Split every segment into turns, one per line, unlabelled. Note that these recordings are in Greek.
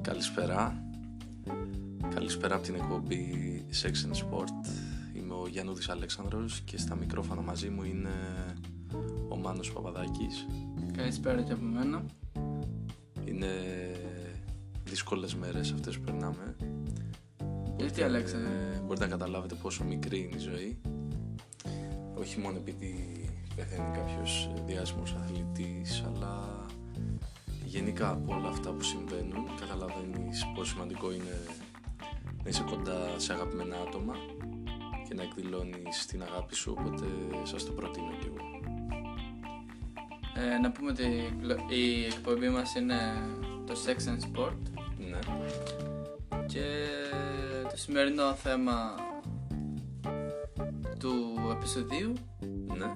Καλησπέρα. Καλησπέρα από την εκπομπή Sex and Sport. Είμαι ο Γιάννουδης Αλέξανδρος και στα μικρόφωνα μαζί μου είναι ο Μάνος Παπαδάκης.
Καλησπέρα και από μένα.
Είναι δύσκολες μέρες αυτές που περνάμε.
Γιατί Αλέξανδρε.
Ε, μπορείτε να καταλάβετε πόσο μικρή είναι η ζωή. Όχι μόνο επειδή πεθαίνει κάποιος διάσημος αθλητής, αλλά γενικά από όλα αυτά που συμβαίνουν καταλαβαίνεις πόσο σημαντικό είναι να είσαι κοντά σε αγαπημένα άτομα και να εκδηλώνεις την αγάπη σου, οπότε σας το προτείνω κι εγώ.
Ε, να πούμε ότι η εκλο- η εκπομπή μας είναι το Sex and Sport
Ναι,
και το σημερινό θέμα του επεισοδίου
ναι,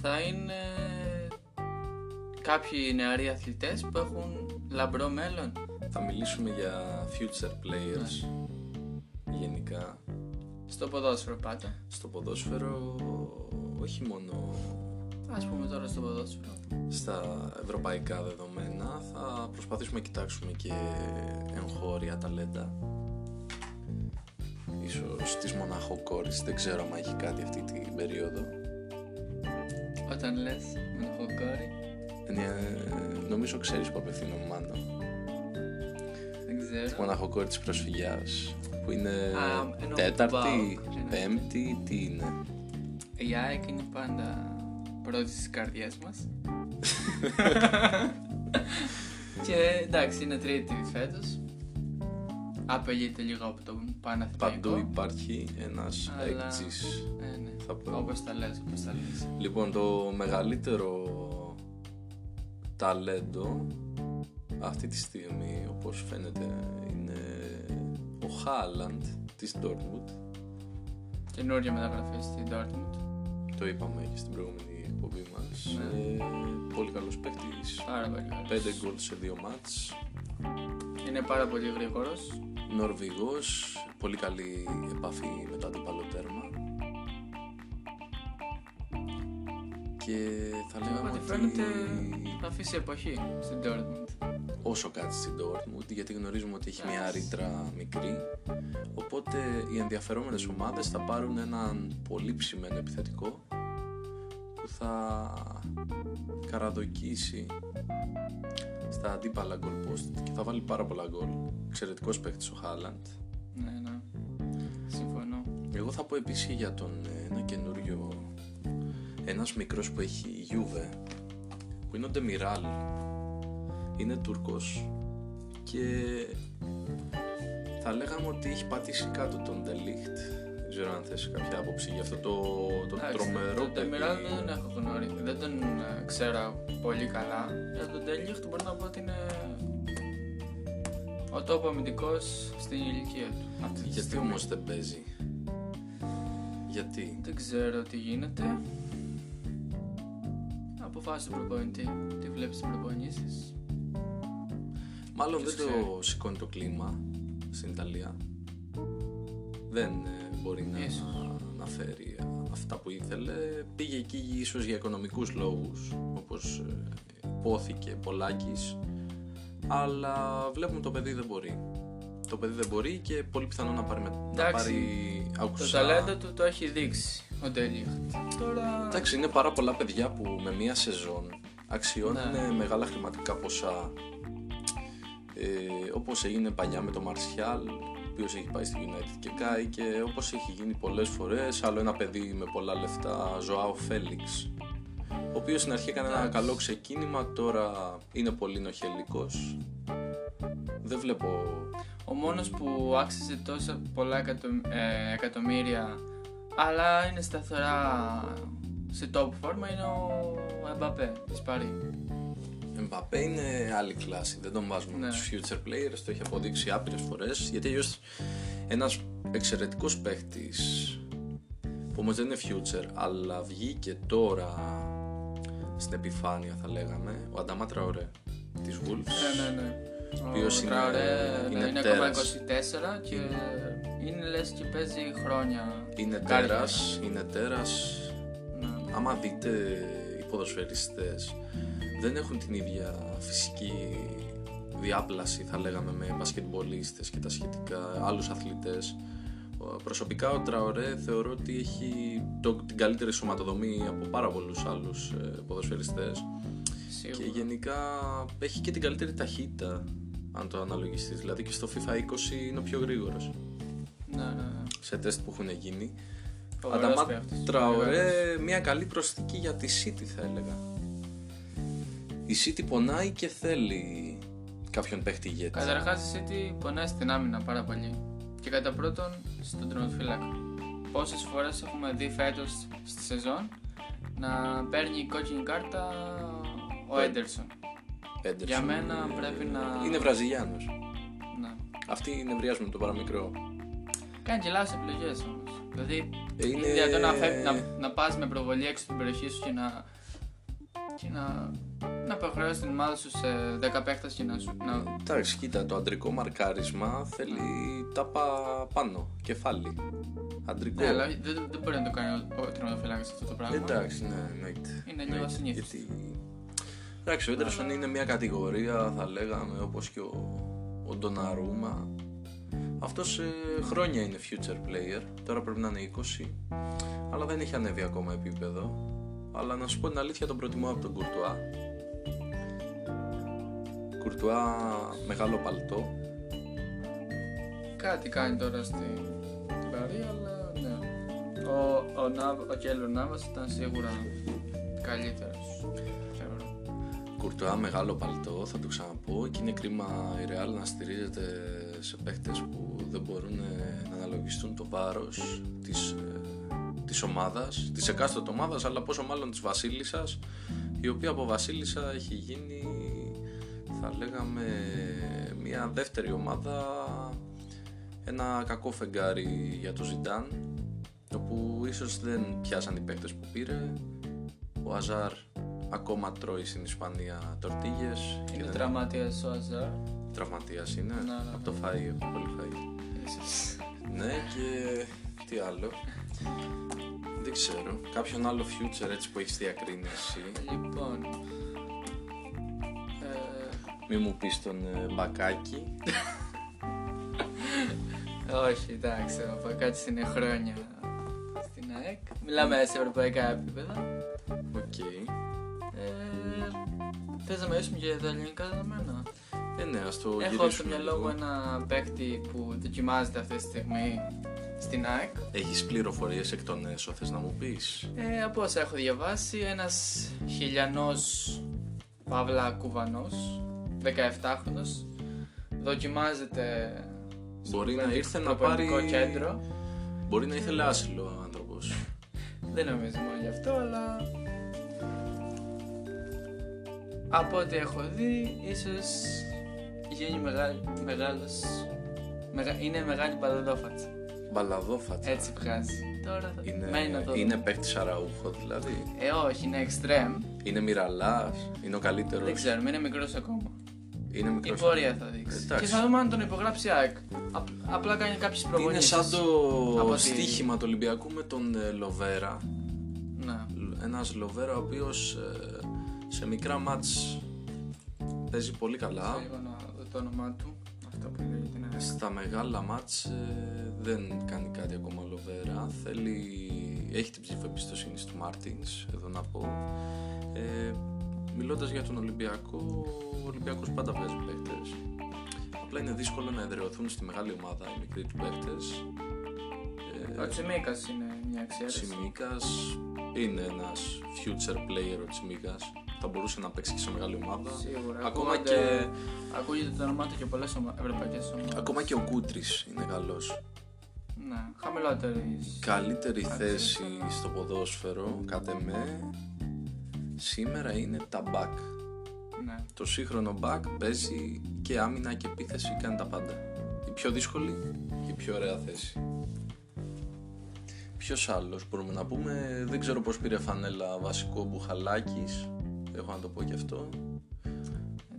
θα είναι κάποιοι νεαροί αθλητές που έχουν λαμπρό μέλλον.
θα μιλήσουμε για future players γενικά
Στο ποδόσφαιρο πάντα.
στο ποδόσφαιρο, όχι μόνο
Ας πούμε τώρα στο ποδόσφαιρο.
στα ευρωπαϊκά δεδομένα θα προσπαθήσουμε να κοιτάξουμε και εγχώρια ταλέντα ίσως της Μοναχό Κόρης δεν ξέρω αν έχει κάτι αυτή την περίοδο
Όταν λες με το χοκόρι,
Ε, νομίζω ξέρεις που απευθύνομαι μάνα
δεν
τη
ξέρω.
Μοναχό Κόρη της προσφυγιάς που είναι
Α, εννοώ
τέταρτη,
Μπάουκ, είναι.
πέμπτη, τι είναι
Η ΑΕΚ είναι πάντα πρώτη στις καρδιές μας. και εντάξει, είναι τρίτη φέτος. Απελείται λίγο από τον Παναθηναϊκό.
παντού υπάρχει ένας
Αλλά-
έκτης
Ε, ναι.
θα πω.
Όπως τα λες, όπως τα λες.
Λοιπόν, το μεγαλύτερο ταλέντο αυτή τη στιγμή, όπως φαίνεται, είναι ο Χάλαντ της Dortmund.
Καινούργια μεταγραφή στην Dortmund.
Το είπαμε και στην προηγούμενη εκπομπή μας.
Ναι.
Ε, πολύ καλός παίκτης.
Πάρα πολύ καλός.
5 γκολ σε 2 μάτς.
Είναι πάρα πολύ γρήγορος.
Νορβηγός. Πολύ καλή επαφή με το αντίπαλο τέρμα. Και θα λέγαμε
Μα τη
ότι...
φαίνεται να αφήσει εποχή στην Dortmund.
όσο κάτι στην Dortmund γιατί γνωρίζουμε ότι έχει μια
Εντάξει.
ρήτρα μικρή οπότε οι ενδιαφερόμενες ομάδες θα πάρουν έναν πολύ ψημένο επιθετικό που θα καραδοκίσει στα αντίπαλα γκολ post και θα βάλει πάρα πολλά γκολ εξαιρετικός παίκτης ο Χάλαντ
Ναι, ναι. Συμφωνώ.
εγώ θα πω επίσης και για τον ε, ένα καινούριο ένας μικρός που έχει Juve που είναι ο Ντεμιράλ είναι Τούρκος και θα λέγαμε ότι έχει πατήσει κάτω τον Ντελίχτ δεν ξέρω αν θες κάποια άποψη για αυτό το, το
Εντάξει,
τρομερό
Τον ναι, Τεμιράλ δεν τον έχω γνωρίσει. Δεν τον ε, ξέρω πολύ καλά. Για τον Τελίχτ μπορώ να πω ότι είναι ο τόπο αμυντικός στην ηλικία του. Αυτή τη
γιατί
στιγμή.
όμως δεν παίζει γιατί
Δεν ξέρω τι γίνεται. Αποφάσισε τον προπονητή. Τι βλέπει τι προπονήσεις.
Μάλλον
Ποιος
δεν το σηκώνει το κλίμα στην Ιταλία. Δεν ε, μπορεί να,
Ίσως.
να φέρει αυτά που ήθελε. Πήγε εκεί ίσως για οικονομικούς λόγους, όπως ε, υπόθηκε πολλάκις. Αλλά βλέπουμε το παιδί δεν μπορεί. Το παιδί δεν μπορεί και πολύ πιθανό να πάρει, με, να
Εντάξει.
πάρει
Το
άκουσα.
ταλέντο του το έχει δείξει ο Τελίχτ. Τώρα.
Εντάξει, είναι πάρα πολλά παιδιά που με μία σεζόν αξιώνουν
Ναι.
μεγάλα χρηματικά ποσά. Ε, όπως έγινε παλιά με το Μαρσιάλ, ο οποίος έχει πάει στη United και κάει και όπως έχει γίνει πολλές φορές, άλλο ένα παιδί με πολλά λεφτά, Ζωάο Φέληξ, ο οποίος στην αρχή έκανε ένα
Εντάξει.
καλό ξεκίνημα, τώρα είναι πολύ νοχελικός. Δεν βλέπω...
Ο μόνος που άξιζε τόσα πολλά εκατο- ε, εκατομμύρια αλλά είναι σταθερά σε top φόρμα είναι ο Εμπαπέ της Παρή.
Εμπαπέ είναι άλλη κλάση, δεν τον βάζουμε
Ναι.
με τους future players, το έχει αποδείξει άπειρες φορές, γιατί αλλιώς ένας εξαιρετικός παίχτης που όμως δεν είναι future, αλλά βγήκε τώρα στην επιφάνεια θα λέγαμε, ο Ανταμά Τραωρέ της Wolves.
Ναι, ναι, ναι. Ο
οποίος είναι-
Τραωρέ,
είναι
ναι, είναι ακόμα
τέρας.
24 και είναι λες και παίζει χρόνια.
Είναι
Κάρια.
τέρας, είναι τέρας,
Ναι.
άμα δείτε οι ποδοσφαιριστές δεν έχουν την ίδια φυσική διάπλαση θα λέγαμε με μπασκετμπολίστες και τα σχετικά άλλους αθλητές προσωπικά ο Τραωρέ θεωρώ ότι έχει το, την καλύτερη σωματοδομή από πάρα πολλούς άλλους ε, ποδοσφαιριστές
Σίγουρα.
και γενικά έχει και την καλύτερη ταχύτητα αν το αναλογιστείς δηλαδή και στο FIFA 20 είναι ο πιο γρήγορος
Ναι, ναι, ναι.
σε τεστ που έχουν γίνει
Φοβερός
Ανταμά
παίκτης.
Τραωρέ, μια καλή προσθήκη για τη City θα έλεγα. Η City πονάει και θέλει κάποιον παίχτη ηγέτη.
Καταρχάς η City πονάει στην άμυνα πάρα πολύ. Και κατά πρώτον στον τροματοφύλακα. Πόσες φορές έχουμε δει φέτος στη σεζόν να παίρνει κόκκινη κάρτα ο
Ναι.
Έντερσον.
Πέντερσον
για μένα
είναι-
πρέπει να-
Είναι Βραζιλιάνος.
Ναι.
Αυτοί νευριάζουν το παραμικρό.
Κάνει και λάθος επιλογές όμως. Δηλαδή
Ε,
είναι δυνατόν να, φεύγει- να, να πας με προβολή έξω την περιοχή σου και να. και να. να απαγορεύεις την ομάδα σου σε 10 παίκτες και να σου. Να...
Εντάξει, κοίτα, το αντρικό μαρκάρισμα θέλει τάπα πάνω, κεφάλι. Αντρικό.
Ναι, αλλά δεν, δεν μπορεί να το κάνει ο, ο τερματοφύλακας αυτό το πράγμα.
Εντάξει, ναι, εννοείται.
Είναι λίγο
Ναι,
ασυνήθιστο.
Γιατί... Εντάξει, ο Έντερσον είναι μια κατηγορία, θα λέγαμε, όπως και ο, ο Ντοναρούμα. Αυτός ε, χρόνια είναι future player, τώρα πρέπει να είναι 20, αλλά δεν έχει ανέβει ακόμα επίπεδο. Αλλά να σου πω την αλήθεια, τον προτιμώ από τον Κουρτουά. Κουρτουά, μεγάλο παλτό,
Κάτι κάνει τώρα στην στην Παρή, αλλά ναι. Ο, ο, Ναβ, ο Κέλλο Νάβας ήταν σίγουρα καλύτερος, θεωρώ.
Κουρτουά μεγάλο παλτό, θα το ξαναπώ και είναι κρίμα η Real να στηρίζεται σε παίχτες που δεν μπορούν ε, να αναλογιστούν το βάρος της, ε, της ομάδας, της εκάστοτε ομάδας, αλλά πόσο μάλλον της Βασίλισσας, η οποία από Βασίλισσα έχει γίνει, θα λέγαμε, μια δεύτερη ομάδα, ένα κακό φεγγάρι για το Ζιντάν, το που ίσως δεν πιάσαν οι παίκτες που πήρε, ο Αζάρ ακόμα τρώει στην Ισπανία τορτίγες
Είναι
δεν-
τραυματίας ο Αζάρ.
Τραυματίας είναι,
Ναι, ναι,
από το φαΐ, από το πολύ φαΐ. Ναι και τι άλλο. Δεν ξέρω. Κάποιον άλλο future έτσι που έχεις διακρίνει εσύ.
Λοιπόν... ε,
Μη μου πεις τον ε, Μπακάκη.
Όχι, εντάξει, ο Πακάτης είναι χρόνια στην ΑΕΚ. Μιλάμε σε ευρωπαϊκά επίπεδα.
Οκ.
Ε, θες να μιλήσουμε για τα ελληνικά δεδομένα.
Ε, ναι, ας το
Έχω στο
γυρίσουμε
μυαλό μου
λίγο.
ένα παίκτη που δοκιμάζεται αυτή τη στιγμή στην ΑΕΚ.
Έχεις πληροφορίες εκ των έσω, θες να μου πεις.
Ε, από όσα έχω διαβάσει, ένας χιλιανός Παύλα Κουβανός, 17χρονος, δοκιμάζεται στο
Μπορεί να
προπονητικό-
ήρθε να
προπονητικό
πάρει-
κέντρο.
Μπορεί να ήθελε άσυλο ο άνθρωπος.
Δεν νομίζω μόνο γι' αυτό, αλλά... Από ό,τι έχω δει, ίσως γίνει μεγάλη, μεγάλος... μεγα- Είναι μεγάλη μπαλαδόφατσα.
Μπαλαδόφατσα.
Έτσι βγάζει. Τώρα θα... μένει να
Είναι,
το δω.
είναι παίχτης αραούχο δηλαδή.
Ε, όχι, είναι extreme.
Είναι μοιραλάς, είναι ο καλύτερος.
Δεν ξέρουμε, είναι μικρός ακόμα.
Είναι
Η
μικρός.
πορεία θα δείξει.
Εντάξει.
Και θα δούμε αν τον υπογράψει η ΑΕΚ. Απ- απλά κάνει κάποιες
Είναι
προπονήσεις.
σαν
Από
το
τη-
στοίχημα του Ολυμπιακού με τον ε, Λοβέρα.
Ναι.
Ένας Λοβέρα ο οποίος ε, σε μικρά μάτς παίζει πολύ
Θέλω
καλά.
λίγο να δω το όνομά του. Αυτό που είναι για την ΑΕΚ.
Στα μεγάλα μάτς ε, δεν κάνει κάτι ακόμα ο Λοβέρα. Θέλει... Έχει την ψήφα εμπιστοσύνη του Μάρτινς, εδώ να πω. Ε, μιλώντας για τον Ολυμπιακό, ο Ολυμπιακός πάντα βγάζει παίκτες. Απλά είναι δύσκολο να εδραιωθούν στη μεγάλη ομάδα οι μικροί τους παίκτες. Ε,
Ο Τσιμίκας είναι μια εξαίρεση.
Τσιμίκας είναι ένας future player ο Τσιμίκας. Θα μπορούσε να παίξει και σε μεγάλη ομάδα.
Σίγουρα.
Ακόμα
Ακούγονται-
και,
Ακούγεται το όνομά του και πολλές ευρωπαϊκές ομάδες.
ακόμα και ο Κούτρης είναι καλός.
Ναι, χαμηλότερης.
Καλύτερη
Αξίζει
θέση στο ποδόσφαιρο, κατ' εμέ, σήμερα είναι τα back.
Ναι.
Το σύγχρονο back παίζει και άμυνα και επίθεση, κάνει τα πάντα. Η πιο δύσκολη και η πιο ωραία θέση. Ποιος άλλος μπορούμε να πούμε, δεν ξέρω πώς πήρε φανέλα βασικό μπουχαλάκι. Έχω να το πω και αυτό.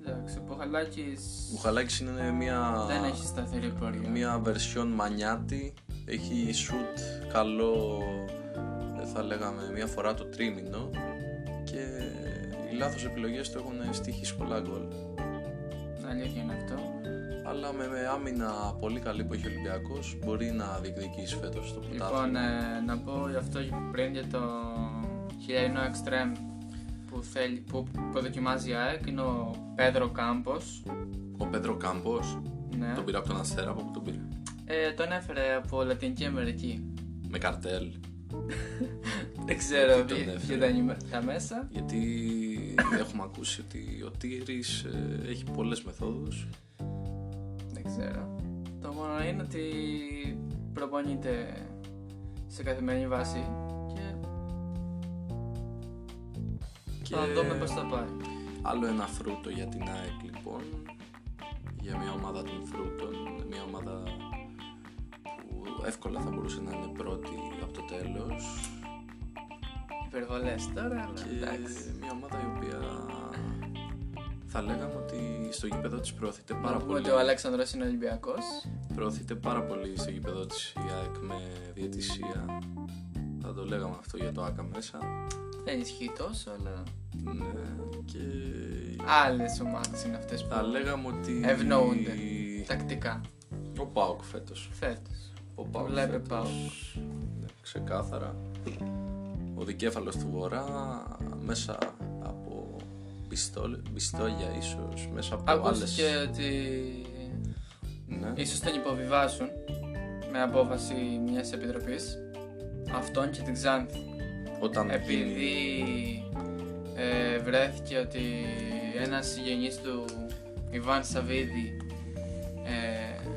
Εντάξει, ο Ποχαλάκη
Μπουχαλάκι είναι μια.
δεν έχει σταθερή πορεία.
Μια version μανιάτη. Έχει shoot καλό, ε, θα λέγαμε, μια φορά το τρίμηνο. Και οι λάθος επιλογές του έχουν στοιχήσει πολλά γκολ.
Αλήθεια είναι αυτό.
Αλλά με, με άμυνα πολύ καλή που έχει ο Ολυμπιακός, μπορεί να διεκδικήσει φέτος το πρωτάθλημα.
Λοιπόν, ε, να πω γι' αυτό πριν για το χιλιαρινό εξτρέμ που, θέλει, που, που δοκιμάζει η ΑΕΚ είναι ο Πέδρο Κάμπος.
Ο Πέτρο Κάμπος
Ναι.
τον πήρε από τον Αστέρα, από πού τον πήρε.
Ε, τον έφερε από Λατινική Αμερική.
Με καρτέλ.
Δεν ξέρω
Τι τον
τι-
έφερε.
ποια ήταν η- τα μέσα.
Γιατί έχουμε ακούσει ότι ο Τίγρης ε, έχει πολλές μεθόδους.
Δεν ξέρω. Το μόνο είναι ότι προπονείται σε καθημερινή βάση και,
Και
θα δούμε πώς θα πάει.
άλλο ένα φρούτο για την ΑΕΚ λοιπόν. Για μια ομάδα των φρούτων. Μια ομάδα που εύκολα θα μπορούσε να είναι πρώτη από το τέλος.
Υπερβολές τώρα, αλλά
Και
εντάξει.
μια ομάδα η οποία θα λέγαμε ότι στο γήπεδο της προωθείται πάρα
Να πούμε
πολύ.
ότι ο Αλέξανδρος είναι Ολυμπιακός.
Προωθείται πάρα πολύ στο γήπεδο της η ΑΕΚ με διαιτησία. Θα το λέγαμε αυτό για το ΆΚΑ μέσα.
Δεν ισχύει τόσο, αλλά
Ναι, και
άλλες ομάδες είναι αυτές που
θα λέγαμε ότι.
Ευνοούνται. τακτικά
Ο Πάοκ φέτος.
φέτος.
Ο Πάοκ
Βλέπε
φέτος.
ΠΑΟΚ.
Ναι, ξεκάθαρα. Ο δικέφαλος του Βορρά μέσα από πιστόλ, πιστόλια ίσως, μέσα από άλλες...
Ακούστηκε ότι
Ναι.
ίσως τον υποβιβάσουν με απόφαση μιας επιτροπής αυτόν και την Ξάνθη.
Όταν γίνει-
Επειδή ε, βρέθηκε ότι ένας συγγενής του Ιβάν Σαββίδη ε,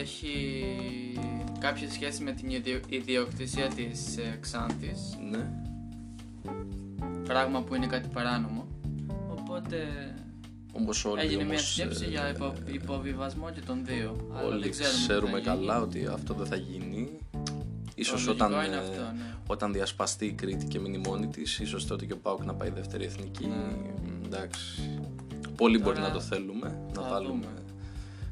έχει κάποια σχέση με την ιδιο- ιδιοκτησία της ε, Ξάνθης
Ναι.
πράγμα που είναι κάτι παράνομο οπότε
Όμως όλοι
έγινε μια
όμως,
σκέψη
ε,
για υπο- υποβιβασμό και των δύο αλλά
Όλοι
δεν ξέρουμε, τι θα
ξέρουμε
γίνει.
καλά ότι αυτό δεν θα γίνει. Ίσως
Το
όταν,
λογικό είναι
ε,
αυτό, ναι.
όταν διασπαστεί η Κρήτη και μείνει μόνη της, ίσως τότε και ο Πάουκ να πάει δεύτερη εθνική.
Ναι.
Εντάξει. Πολύ
Τώρα
μπορεί να το θέλουμε, να
θα
βάλουμε
δούμε.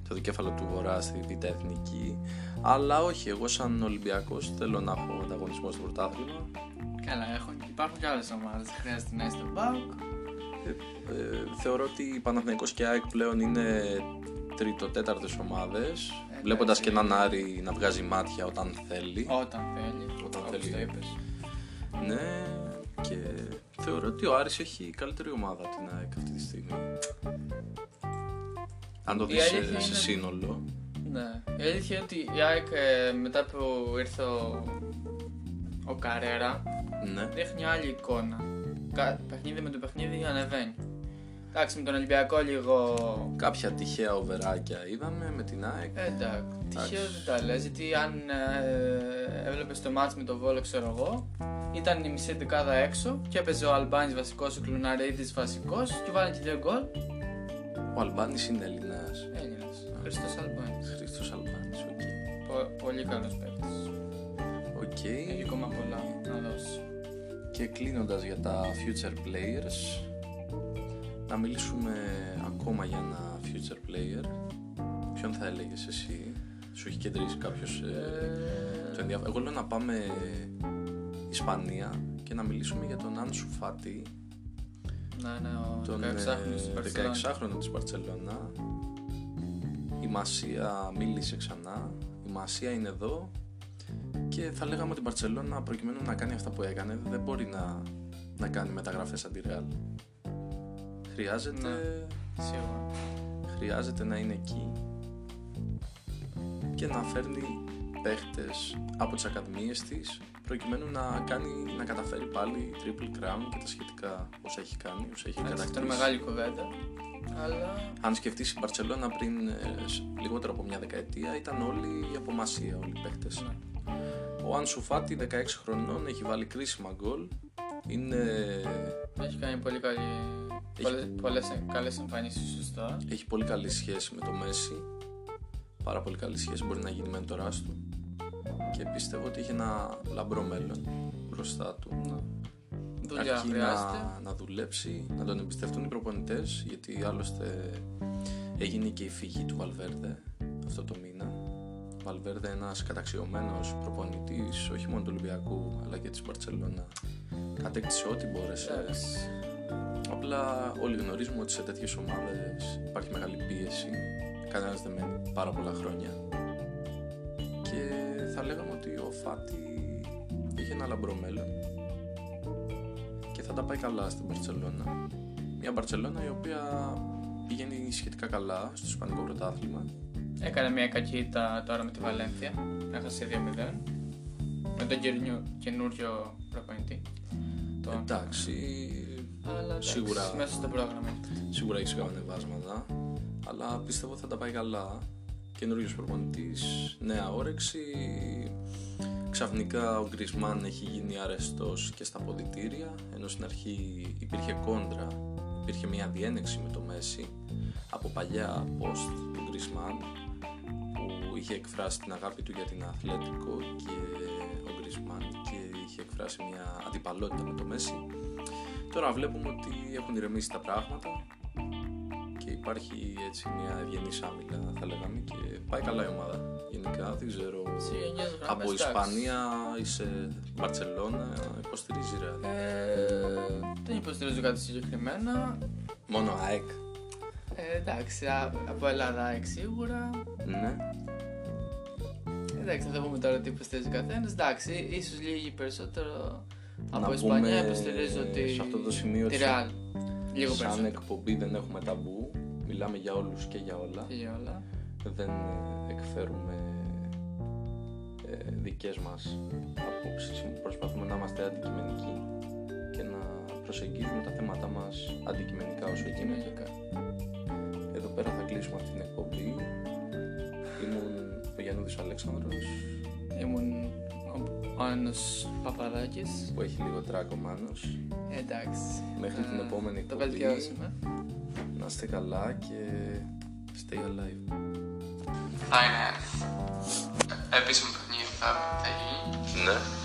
το δικέφαλο του Βορρά στη Β' Εθνική. Αλλά όχι, εγώ σαν Ολυμπιακός θέλω να έχω ανταγωνισμό στο πρωτάθλημα.
Καλά, έχουν, υπάρχουν και άλλες ομάδες. Δεν χρειάζεται να είσαι στον ΠΑΟΚ.
Ε, ε, θεωρώ ότι η Παναθηναϊκός και η ΑΕΚ πλέον είναι τρίτο-τέταρτες ομάδες βλέποντας και έναν Άρη να βγάζει μάτια όταν θέλει
Όταν θέλει.
Όταν
όπως
θέλει.
Το είπες.
Ναι, και θεωρώ ότι ο Άρης έχει η καλύτερη ομάδα από την ΑΕΚ αυτή τη στιγμή. Αν το
Η
δεις σε,
αλήθεια
σε
είναι-
σύνολο.
Ναι. Η αλήθεια είναι ότι η ΑΕΚ ε, μετά που ήρθε ο, ο Καρέρα
Ναι.
δείχνει άλλη εικόνα. Κα... Παιχνίδι με το παιχνίδι ανεβαίνει. Εντάξει, με τον Ολυμπιακό λίγο.
Κάποια τυχαία οβεράκια είδαμε με την ΑΕΚ.
ε, Εντάξει, τυχαίο δεν τα λες, γιατί αν ε, έβλεπες το μάτς με τον Βόλο, ξέρω εγώ, ήταν η μισή δεκάδα έξω και έπαιζε ο Αλμπάνης βασικός, ο Κλουναρίδης βασικός και βάλανε και δύο γκολ.
Ο Αλμπάνης είναι Έλληνας.
Έλληνας. Χριστός Αλμπάνης.
Χρήστος Αλμπάνης, οκ.
Πο- πολύ καλός παίκτης.
Οκ.
Έχει ακόμα πολλά να δώσει.
Και κλείνοντας για τα future players, να μιλήσουμε ακόμα για ένα future player. Ποιον θα έλεγες εσύ, σου έχει κεντρήσει κάποιος ε, το ενδιαφ- Εγώ λέω να πάμε Ισπανία και να μιλήσουμε για τον Άνσου Φάτι,
Να είναι ο
τον ε,
16χρονος του Barcelona.
16χρονο της Μπαρτσελώνα. Η Μασία μίλησε ξανά, η Μασία είναι εδώ και θα λέγαμε ότι η Μπαρτσελώνα προκειμένου να κάνει αυτά που έκανε δεν μπορεί να, να κάνει μεταγραφές αντι Ρεάλ. Χρειάζεται,
Σίγουρα. Ναι.
χρειάζεται να είναι εκεί και να φέρνει παίχτες από τις ακαδημίες της προκειμένου να, κάνει, να καταφέρει πάλι triple crown και τα σχετικά όσα έχει κάνει, όσα έχει
Εντάξει, αυτό είναι
κατακτήσει.
μεγάλη κουβέντα. Αλλά
Αν σκεφτείς η Μπαρτσελώνα πριν ε, σ- λιγότερο από μια δεκαετία ήταν όλοι από μασία, όλοι οι παίχτες.
ναι.
Ο Αν Σουφάτη 16 χρονών έχει βάλει κρίσιμα γκολ. Είναι...
έχει κάνει πολύ καλή...
Έχει-
Πολλές, πολλές καλές εμφανίσεις σωστά.
Έχει πολύ καλή σχέση με το Μέση. Πάρα πολύ καλή σχέση μπορεί να γίνει με τον του. Και πιστεύω ότι έχει ένα λαμπρό μέλλον μπροστά του.
Δουλειά
Αρκεί
χρειάζεται.
να, να δουλέψει, να τον εμπιστευτούν οι προπονητές, γιατί άλλωστε έγινε και η φυγή του Βαλβέρδε αυτό το μήνα. Ο Βαλβέρδε, ένας καταξιωμένος προπονητής όχι
Ε,
μόνο του Ολυμπιακού αλλά και της Μπαρσελόνα, κατέκτησε ό,τι μπόρεσε.
Εντάξει.
Απλά όλοι γνωρίζουμε ότι σε τέτοιες ομάδες υπάρχει μεγάλη πίεση. Κανένας δεν μένει πάρα πολλά χρόνια. Και θα λέγαμε ότι ο Φάτι είχε ένα λαμπρό μέλλον και θα τα πάει καλά στην Μπαρσελόνα. Μια Μπαρσελόνα η οποία πηγαίνει σχετικά καλά στο Ισπανικό πρωτάθλημα.
Έκανε μια κακή ήττα τώρα με τη Βαλένθια. Να χάσει 2-0. Με τον καινούριο, καινούριο προπονητή. Τον-
Εντάξει,
Αλλά εντάξει,
Ε, σίγουρα-
Μέσα στο πρόγραμμα.
σίγουρα έχεις κάποια ανεβάσματα, αλλά πιστεύω θα τα πάει καλά. Καινούριο προπονητής, νέα όρεξη. Ξαφνικά ο Γκρισμάν έχει γίνει αρεστός και στα ποδητήρια, ενώ στην αρχή υπήρχε κόντρα, υπήρχε μια διένεξη με το Μέση από παλιά post του Γκρισμάν που είχε εκφράσει την αγάπη του για την Αθλέτικο και ο Γκρισμάν και είχε εκφράσει μια αντιπαλότητα με το Μέση. Τώρα βλέπουμε ότι έχουν ηρεμήσει τα πράγματα και υπάρχει έτσι μια ευγενή άμυλα θα λέγαμε και πάει καλά η ομάδα γενικά δεν ξέρω
Σε γενιές γραμμές,
από
εντάξει.
Ισπανία είσαι Μπαρτσελώνα υποστηρίζεις ρε
Ε, δεν υποστηρίζω κάτι συγκεκριμένα.
μόνο ΑΕΚ
Ε, εντάξει, α- από Ελλάδα ΑΕΚ σίγουρα.
ναι
Ε, Εντάξει, θα πούμε τώρα τι υποστηρίζει ο καθένας. Εντάξει, ίσως λίγοι περισσότερο από
Να
Ισπανία
πούμε
υποστηρίζω ότι.
σε αυτό το σημείο
τη
ότι
Real. Λίγο
σαν
περισσότερο.
εκπομπή δεν έχουμε ταμπού μιλάμε για όλους και για όλα
Και για όλα.
δεν ε, εκφέρουμε ε, δικές μας απόψεις προσπαθούμε να είμαστε αντικειμενικοί και να προσεγγίζουμε τα θέματα μας αντικειμενικά όσο γίνεται
Κοινωνικά. Ναι.
εδώ πέρα θα κλείσουμε αυτή την εκπομπή ήμουν ο Γιάννουδης Αλέξανδρος
Ήμουν ο- ο Άνος Παπαδάκης.
που έχει λίγο τράκο μάνος
Ε, Εντάξει.
Μέχρι την
Ε,
επόμενη
Το
εκπομπή.
βελτιώσουμε.
να είστε καλά και stay alive
Θα είναι επίσημο παιχνίδι που θα γίνει.
ναι